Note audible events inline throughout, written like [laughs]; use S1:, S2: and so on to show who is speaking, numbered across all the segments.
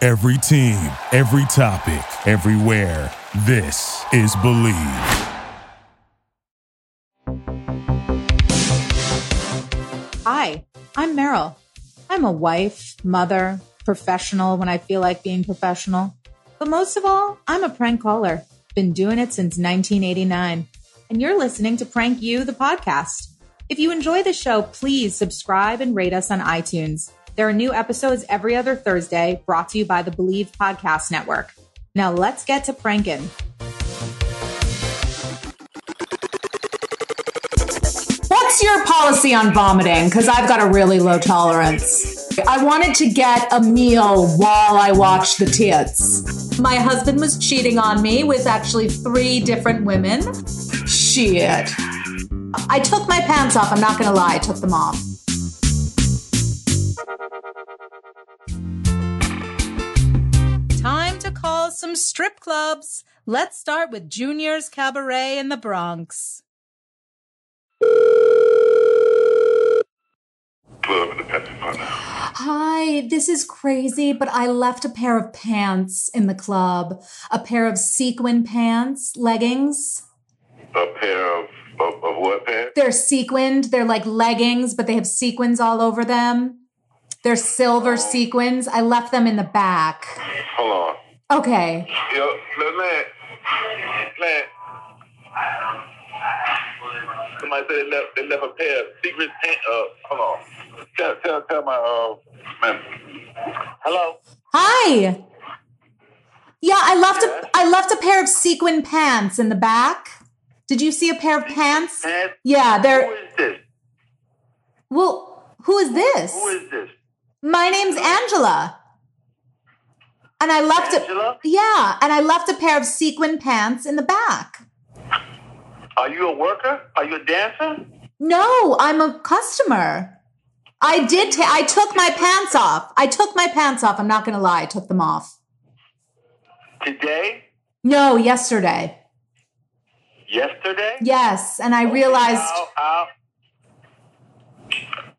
S1: Every team, every topic, everywhere. This is Believe.
S2: Hi, I'm Meryl. I'm a wife, mother, professional when I feel like being professional. But most of all, I'm a prank caller. Been doing it since 1989. And you're listening to Prank You, the podcast. If you enjoy the show, please subscribe and rate us on iTunes. There are new episodes every other Thursday brought to you by the Believe Podcast Network. Now let's get to pranking. What's your policy on vomiting? Because I've got a really low tolerance. I wanted to get a meal while I watched the tits. My husband was cheating on me with actually three different women. Shit. I took my pants off. I'm not going to lie. I took them off. Time to call some strip clubs. Let's start with Junior's Cabaret in the Bronx.
S3: Pull over the Pepsi Partner.
S2: Hi, this is crazy, but I left a pair of pants in the club. A pair of sequin pants, leggings.
S3: A pair of, of, of what pants?
S2: They're sequined. They're like leggings, but they have sequins all over them. They're silver sequins. I left them in the back.
S3: Hold on.
S2: Okay.
S3: Yo, look, man. Man. Somebody said they left, they left a pair of secret pants. Uh, hold on. Tell, tell, tell my, uh, man. Hello?
S2: Hi. Yeah, I left a I left a pair of sequin pants in the back. Did you see a pair of pants?
S3: Pants?
S2: Yeah,
S3: Who
S2: they're
S3: is this?
S2: well, who is this?
S3: Who is this?
S2: My name's Angela. And I left
S3: Angela?
S2: a Yeah, and I left a pair of sequin pants in the back.
S3: Are you a worker? Are you a dancer?
S2: No, I'm a customer. I did ta- I took my pants off. I took my pants off. I'm not going to lie. I took them off.
S3: Today?
S2: No, yesterday.
S3: Yesterday?
S2: Yes, and I realized
S3: I'll, I'll,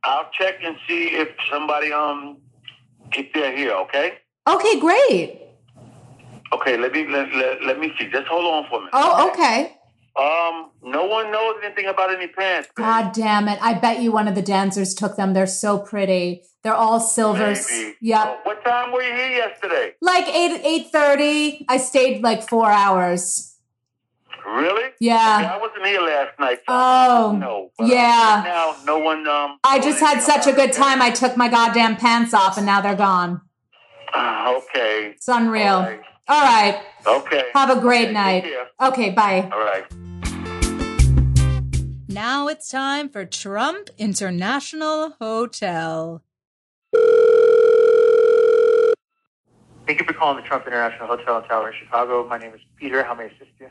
S3: I'll check and see if somebody, um, if they're here, okay?
S2: Okay, great.
S3: Okay, let me let, let, let me see. Just hold on for a minute.
S2: Oh, okay.
S3: Um, no one knows anything about any pants.
S2: God damn it. I bet you one of the dancers took them. They're so pretty. They're all silver.
S3: Maybe.
S2: s- Yep.
S3: Oh, what time were you here yesterday?
S2: Like 8 8:30. I stayed like 4 hours.
S3: Really? Okay,
S2: Yeah.
S3: I wasn't here last night. so
S2: Oh.
S3: no.
S2: yeah.
S3: Now no one. Um.
S2: I just had such a good time. I took my goddamn pants off and now they're gone.
S3: Ah, [sighs] okay.
S2: It's unreal.
S3: All right.
S2: All right.
S3: Okay.
S2: Have a great
S3: Okay,
S2: night.
S3: take care.
S2: Okay, bye.
S3: All right.
S2: Now it's time for Trump International Hotel.
S4: Thank you for calling the Trump International Hotel and Tower in Chicago. My name is Peter. How may I assist you?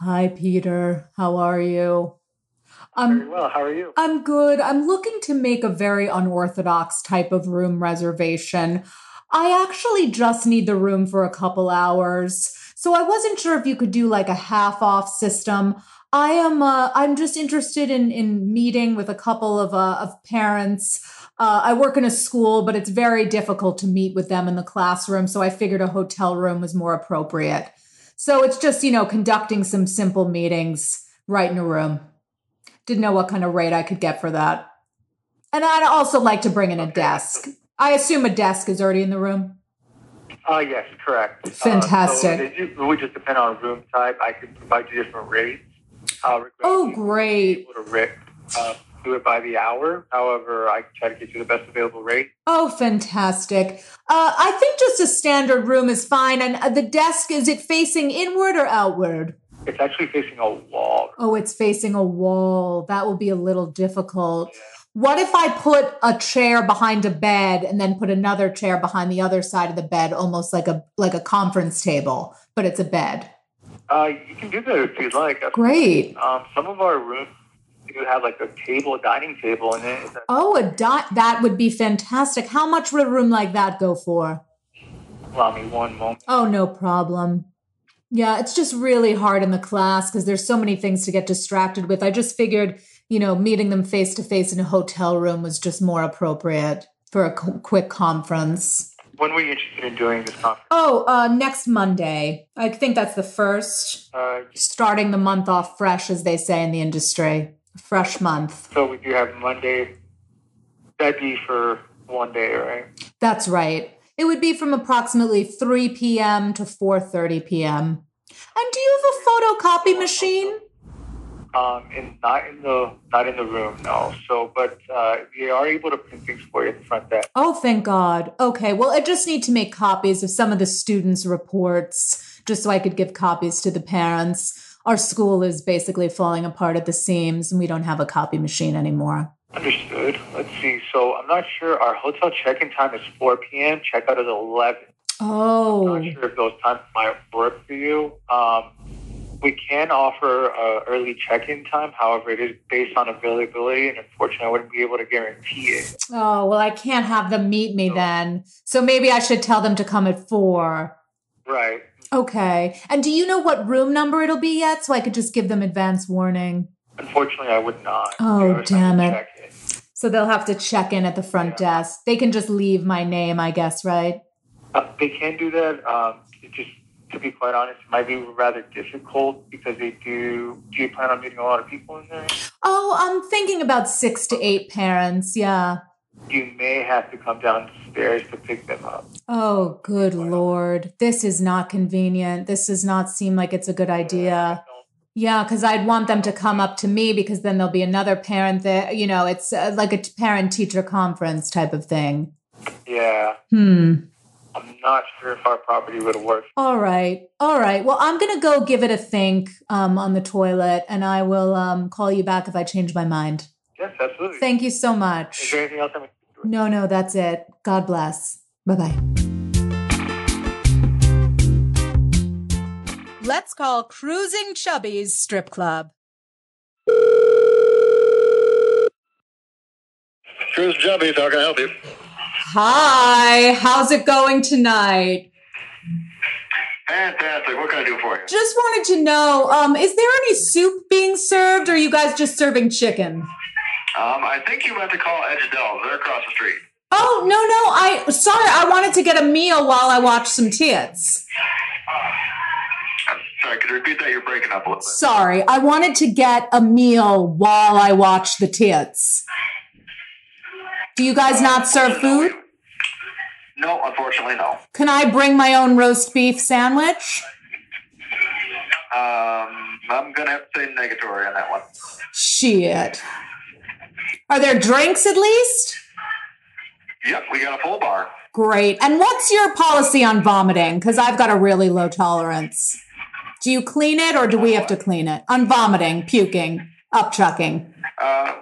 S2: Hi Peter. How are you? Um
S4: Very well. How are you?
S2: I'm good. I'm looking to make a very unorthodox type of room reservation. I actually just need the room for a couple hours. So I wasn't sure if you could do like a half off system. I am uh, I'm just interested in in meeting with a couple of uh, of parents. Uh, I work in a school, but it's very difficult to meet with them in the classroom, so I figured a hotel room was more appropriate. So it's just, you know, conducting some simple meetings right in a room didn't know what kind of rate I could get for that. And I'd also like to bring in a desk. I assume a desk is already in the room.
S4: Oh, yes, correct. Uh, so
S2: Fantastic.
S4: they do- it would just depend on room type. I could provide you different rates. Uh, regret
S2: Oh,
S4: you
S2: great.
S4: being able to rate, uh, do it by the hour. However, I can try to get you the best available rate.
S2: Oh, fantastic. Uh, I think just a standard room is fine. And uh, the desk, is it facing inward or outward?
S4: It's actually facing a wall.
S2: Oh, it's facing a wall. That will be a little difficult. What if I put a chair behind a bed and then put another chair behind the other side of the bed, almost like a like a conference table, but it's a bed?
S4: Uh, you can do that if you'd like. Uh,
S2: Great.
S4: Um, some of our rooms do have like a table, a dining table in it.
S2: Oh, a dot that would be fantastic. How much would a room like that go for?
S4: Allow me one moment.
S2: Oh, no problem. Yeah, it's just really hard in the class because there's so many things to get distracted with. I just figured, you know, meeting them face to face in a hotel room was just more appropriate for a qu- quick conference.
S3: When were you interested in doing this conference?
S2: Oh, uh, next Monday. I think that's the first.
S3: Uh,
S2: Starting the month off fresh, as they say in the industry. Fresh month.
S3: so we do have Monday. That'd be for one day, right?
S2: That's right. It would be from approximately 3 p.m. to 4:30 p.m. And do you have a photocopy machine?
S3: Um, and not in the not in the room, no. So, but uh, we are able to print things for you at the front desk.
S2: Oh, thank God. Okay, well, I just need to make copies of some of the students' reports just so I could give copies to the parents. Our school is basically falling apart at the seams and we don't have a copy machine anymore.
S3: Understood. Let's see. So I'm not sure. Our hotel check-in time is 4 p.m. Checkout is 11.
S2: Oh,
S3: Not sure if those times might work for you. Um, we can offer uh, early check-in time. However, it is based on availability, and unfortunately, I wouldn't be able to guarantee it.
S2: oh, well, I can't have them meet me then. So maybe I should tell them to come at four.
S3: Right.
S2: Okay. And do you know what room number it'll be yet? So I could just give them advance warning.
S3: Unfortunately, I would not.
S2: Oh,
S3: There was time
S2: damn
S3: to
S2: it.
S3: check in.
S2: So they'll have to check in at the front desk. They can just leave my name, I guess, right?
S3: Uh, they can do that. Um, it just to be quite honest, it might be rather difficult because they do. Do you plan on meeting a lot of people in there?
S2: Oh, I'm thinking about six to eight parents. Yeah.
S3: You may have to come downstairs to pick them up.
S2: Oh, good Lord. This is not convenient. This does not seem like it's a good idea. Yeah, because I'd want them to come up to me because then there'll be another parent there. You know, it's uh, like a parent teacher conference type of thing.
S3: Yeah,
S2: Hmm.
S3: I'm not sure if our property would work.
S2: All right. All right. Well, I'm going to go give it a think um, on the toilet and I will um, call you back if I change my mind.
S3: Yes, absolutely.
S2: Thank you so much.
S3: Is there anything else that we can do?
S2: No, no, that's it. God bless. Bye bye. Let's call Cruising Chubby's Strip Club.
S5: Cruise Jubbies, how can I help you?
S2: Hi, how's it going tonight?
S5: Fantastic. What can I do for you?
S2: Just wanted to know um, is there any soup being served or are you guys just serving chicken?
S5: Um, I think you meant to call Edge Dells. They're across the street.
S2: Oh, no, no. I sorry, I wanted to get a meal while I watched some tits.
S5: I'm sorry, could you repeat that? You're breaking up a little bit.
S2: Sorry, I wanted to get a meal while I watched the tits. Do you guys not serve food?
S5: No, unfortunately, no.
S2: Can I bring my own roast beef sandwich?
S5: Um, I'm going to have to say negatory on that one.
S2: Shit. Are there drinks at least?
S5: Yep, we got a full bar.
S2: Great. And what's your policy on vomiting? Because I've got a really low tolerance. Do you clean it or do we have to clean it? On vomiting, puking, upchucking.
S5: Uh,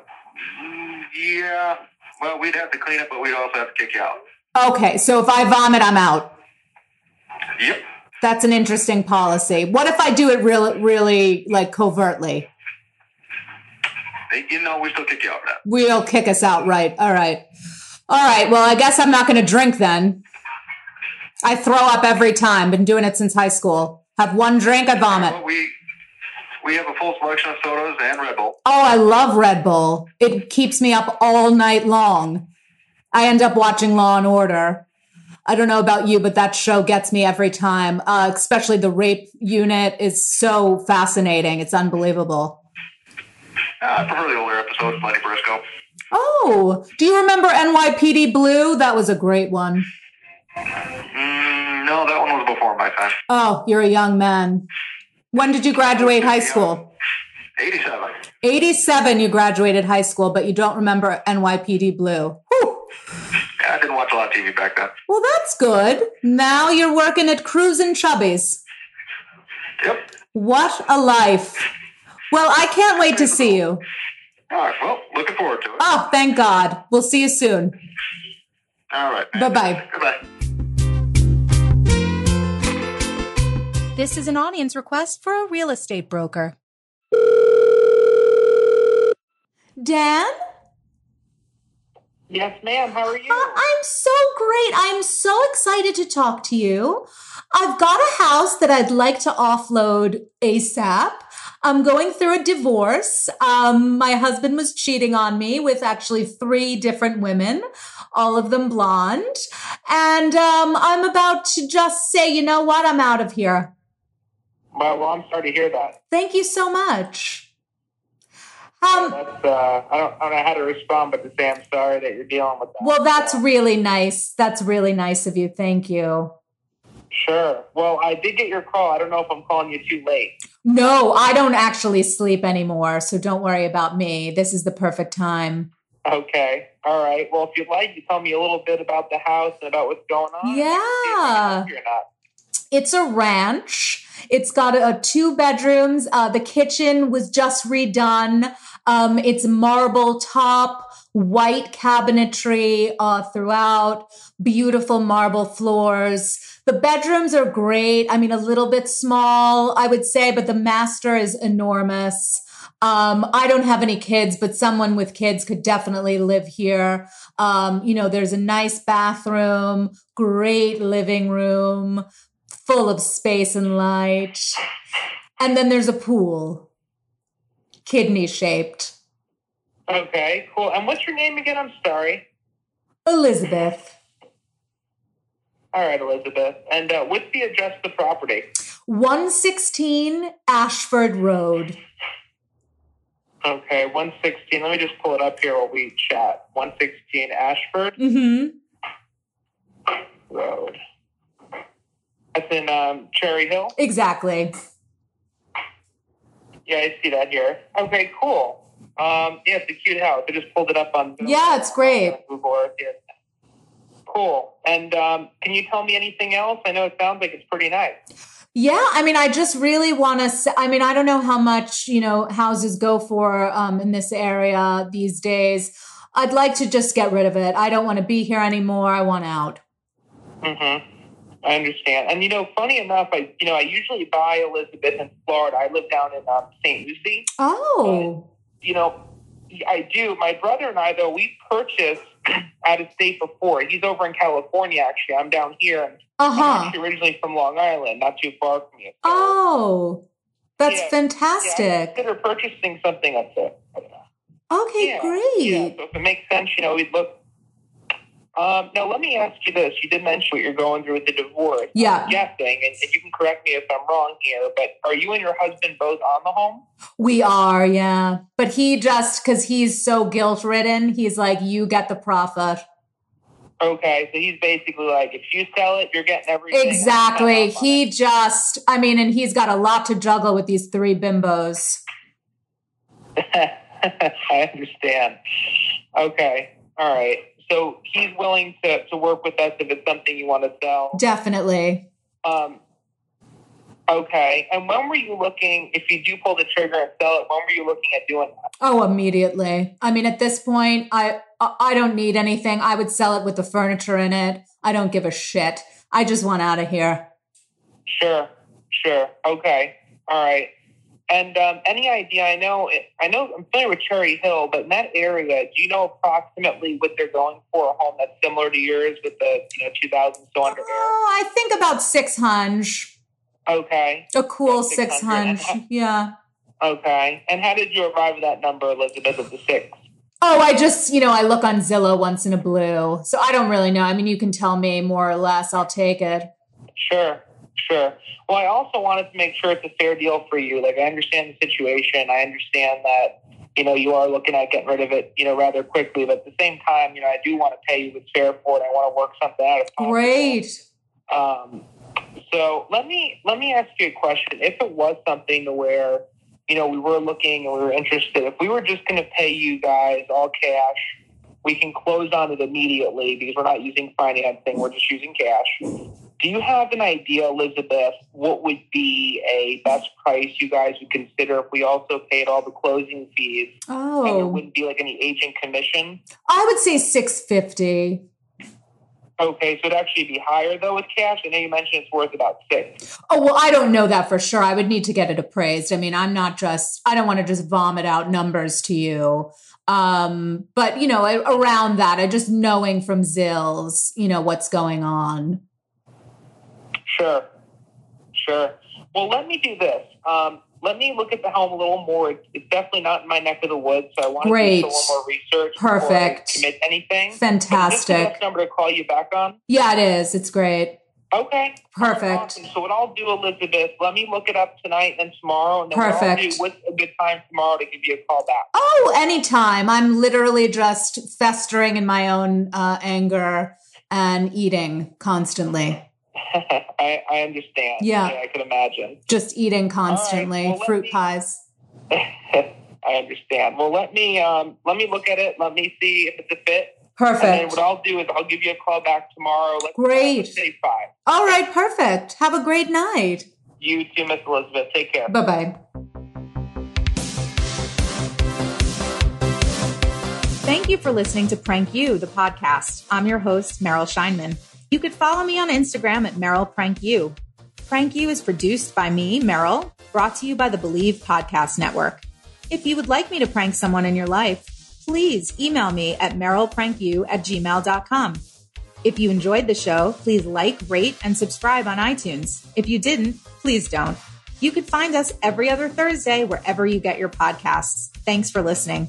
S5: mm, yeah, well, we'd have to clean it, but we'd also have to kick you out.
S2: Okay, so if I vomit, I'm out.
S5: Yep.
S2: That's an interesting policy. What if I do it really, really like covertly?
S5: You know, we still kick you out for that.
S2: We'll kick us out, right? All right. All right. Well, I guess I'm not going to drink then. I throw up every time. Been doing it since high school. Have one drink, I vomit.
S5: But we we have a full selection of sodas and Red Bull.
S2: Oh, I love Red Bull. It keeps me up all night long. I end up watching Law and Order. I don't know about you, but that show gets me every time. Uh, especially the rape unit is so fascinating. It's unbelievable.
S5: Uh, I prefer the older episodes, Lenny Briscoe.
S2: Oh, do you remember NYPD Blue? That was a great one.
S5: Mm, no, that one was before my time.
S2: Oh, you're a young man. When did you graduate high school?
S5: 87.
S2: 87, you graduated high school, but you don't remember NYPD Blue. Whew.
S5: Yeah, I didn't watch a lot of TV back then.
S2: Well, that's good. Now you're working at Cruise and Chubby's.
S5: Yep.
S2: What a life. Well, I can't wait to see you.
S5: All right, well, looking forward to it.
S2: Oh, thank God. We'll see you soon.
S5: All right.
S2: Bye bye.
S5: Goodbye.
S2: This is an audience request for a real estate broker. Dan?
S3: Yes, ma'am. How are you?
S2: Oh, I'm so great. I'm so excited to talk to you. I've got a house that I'd like to offload ASAP. I'm going through a divorce. Um, my husband was cheating on me with actually three different women, all of them blonde. And um, I'm about to just say, you know what? I'm out of here.
S4: Well, well, I'm sorry to hear that.
S2: Thank you so much.
S4: Yeah,
S2: Um,
S4: That's, uh, I, don't, I don't know how to respond, but to say I'm sorry that you're dealing with that.
S2: well, that's
S4: Yeah.
S2: really nice. That's really nice of you. Thank you.
S4: Sure. Well, I did get your call. I don't know if I'm calling you too late.
S2: No, I don't actually sleep anymore. So don't worry about me. This is the perfect time.
S4: Okay. All right. Well, if you'd like, you tell me a little bit about the house and about what's going
S3: Oh,
S4: on.
S2: Yeah.
S4: You're not.
S2: It's a ranch. It's got a, two bedrooms. Uh, the kitchen was just redone. Um, it's marble top, white cabinetry uh, throughout, beautiful marble floors. The bedrooms are great. I mean, a little bit small, I would say, but the master is enormous. Um, I don't have any kids, but someone with kids could definitely live here. Um, you know, there's a nice bathroom, great living room, full of space and light. And then there's a pool, kidney shaped.
S4: Okay. Cool. And what's your name again? I'm sorry.
S2: Elizabeth,
S4: All right, Elizabeth. And uh, what's the address of the property?
S2: 116 Ashford Road.
S4: Okay, 116. Let me just pull it up here while we chat. 116 Ashford
S2: hmm
S4: Road. That's in um, Cherry Hill.
S2: Exactly.
S4: Yeah, I see that here. Okay, cool. Um, yeah, it's a cute house. I just pulled it up on
S2: Yeah, it's great.
S4: Google Earth here. Cool. And um, can you tell me anything else? I know it sounds like it's pretty nice.
S2: Yeah, I mean, I just really want to. I mean, I don't know how much you know houses go for um, in this area these days. I'd like to just get rid of it. I don't want to be here anymore. I want out.
S4: Mm-hmm. I understand. And you know, funny enough, I you know I usually buy Elizabeth in Florida. I live down in um, St. Lucie.
S2: Oh,
S4: you know, I do. My brother and I, though, we purchased [clears throat] out of state before. He's over in California, actually. I'm down here. And
S2: uh
S4: I'm
S2: huh.
S4: actually originally from Long Island, not too far from you. So,
S2: Oh, that's
S4: Yeah, yeah, I
S2: fantastic.
S4: consider purchasing something up there.
S2: okay,
S4: yeah, Yeah,
S2: great.
S4: so if it makes sense, you know, we'd look. Um, now, let me ask you this. You did mention what you're going through with the divorce.
S2: Yeah.
S4: I'm guessing, and, and you can correct me if I'm wrong here, but are you and your husband both on the home?
S2: We are, yeah. But he just because he's so guilt ridden, he's like, "You get the profit."
S4: Okay, so he's basically like, if you sell it, you're getting everything. I'm [laughs]
S2: Exactly.
S4: not on it.
S2: He just, I mean, and he's got a lot to juggle with these three bimbos.
S4: I understand. Okay. All right. So he's willing to, to work with us if it's something you want to sell.
S2: Definitely.
S4: Um, okay. And when were you looking, if you do pull the trigger and sell it, when were you looking at doing that?
S2: Oh, immediately. I mean, at this point, I I I don't need anything. I would sell it with the furniture in it. I don't give a shit. I just want out of here.
S4: Sure. Sure. Okay. All right. And um, any idea? I know. I know. I'm familiar with Cherry Hill, but in that area, do you know approximately what they're going for a home that's similar to yours with the you know 2,000 so under air?
S2: Oh, I think about six hundred.
S4: Okay.
S2: A cool six
S4: 600.
S2: hundred. Yeah.
S4: Okay. And how did you arrive at that number, Elizabeth, of the six?
S2: Oh, I just, you know, I look on Zillow once in a blue. So I don't really know. I mean, you can tell me more or less. I'll take it.
S4: Sure. Sure. Well, I also wanted to make sure it's a fair deal for you. Like, I understand the situation. I understand that, you know, you are looking at getting rid of it, you know, rather quickly. But at the same time, you know, I do want to pay you what's fair for it. I want to work something
S2: Oh,
S4: out. if possible.
S2: Great.
S4: Um, so let me let me ask you a question. If it was something to where you know we were looking and we were interested, if we were just going to pay you guys all cash, we can close on it immediately because we're not using financing; we're just using cash. Do you have an idea, Elizabeth, what would be a best price you guys would consider if we also paid all the closing fees and there
S2: Oh,
S4: wouldn't be like any agent commission?
S2: I would say 650.
S4: Okay, so it'd actually be higher though with cash. I know you mentioned it's worth about six.
S2: Oh, well, I don't know that for sure. I would need to get it appraised. I mean, I'm not just, I don't want to just vomit out numbers to you. Um, but, you know, a- around that, I just knowing from Zills, you know, what's going on.
S4: Sure. Sure. Well, let me do this. Um, let me look at the helm a little more. It's, it's definitely not in my neck of the woods, so I want to
S6: Great.
S4: do a little more research. before I
S6: Perfect.
S4: Commit anything. Is this the
S6: Fantastic.
S4: best number to call you back on?
S6: Yeah, it is. It's great.
S4: Okay.
S6: Perfect.
S4: Awesome. So what I'll do, Elizabeth, let me look it up tonight and tomorrow, and then what I'll do,
S6: Perfect.
S4: what's a good time tomorrow to give you a call back? [laughs]
S6: Oh, anytime. I'm literally just festering in my own uh, anger and eating constantly.
S4: I, I understand.
S6: Yeah.
S4: I can imagine.
S6: Just eating constantly.
S4: well, let
S6: Fruit
S4: me-
S6: pies.
S4: I understand. Well, let me um, let me look at it. Let me see if it's a fit. And then
S6: Perfect.
S4: what I'll do is I'll give you a call back tomorrow. Let's
S6: Great.
S4: Say five.
S6: All right, perfect. Have a great night.
S4: You too, Miss Elizabeth. Take care.
S6: Bye bye.
S2: Thank you for listening to Prank You, the podcast. I'm your host, Meryl Scheinman. You could follow me on Instagram at Meryl Prank You. Prank You is produced by me, Meryl, brought to you by the Believe Podcast Network. If you would like me to prank someone in your life, please email me at merylprankyou at gmail.com. If you enjoyed the show, please like, rate, and subscribe on iTunes. If you didn't, please don't. You could find us every other Thursday wherever you get your podcasts. Thanks for listening.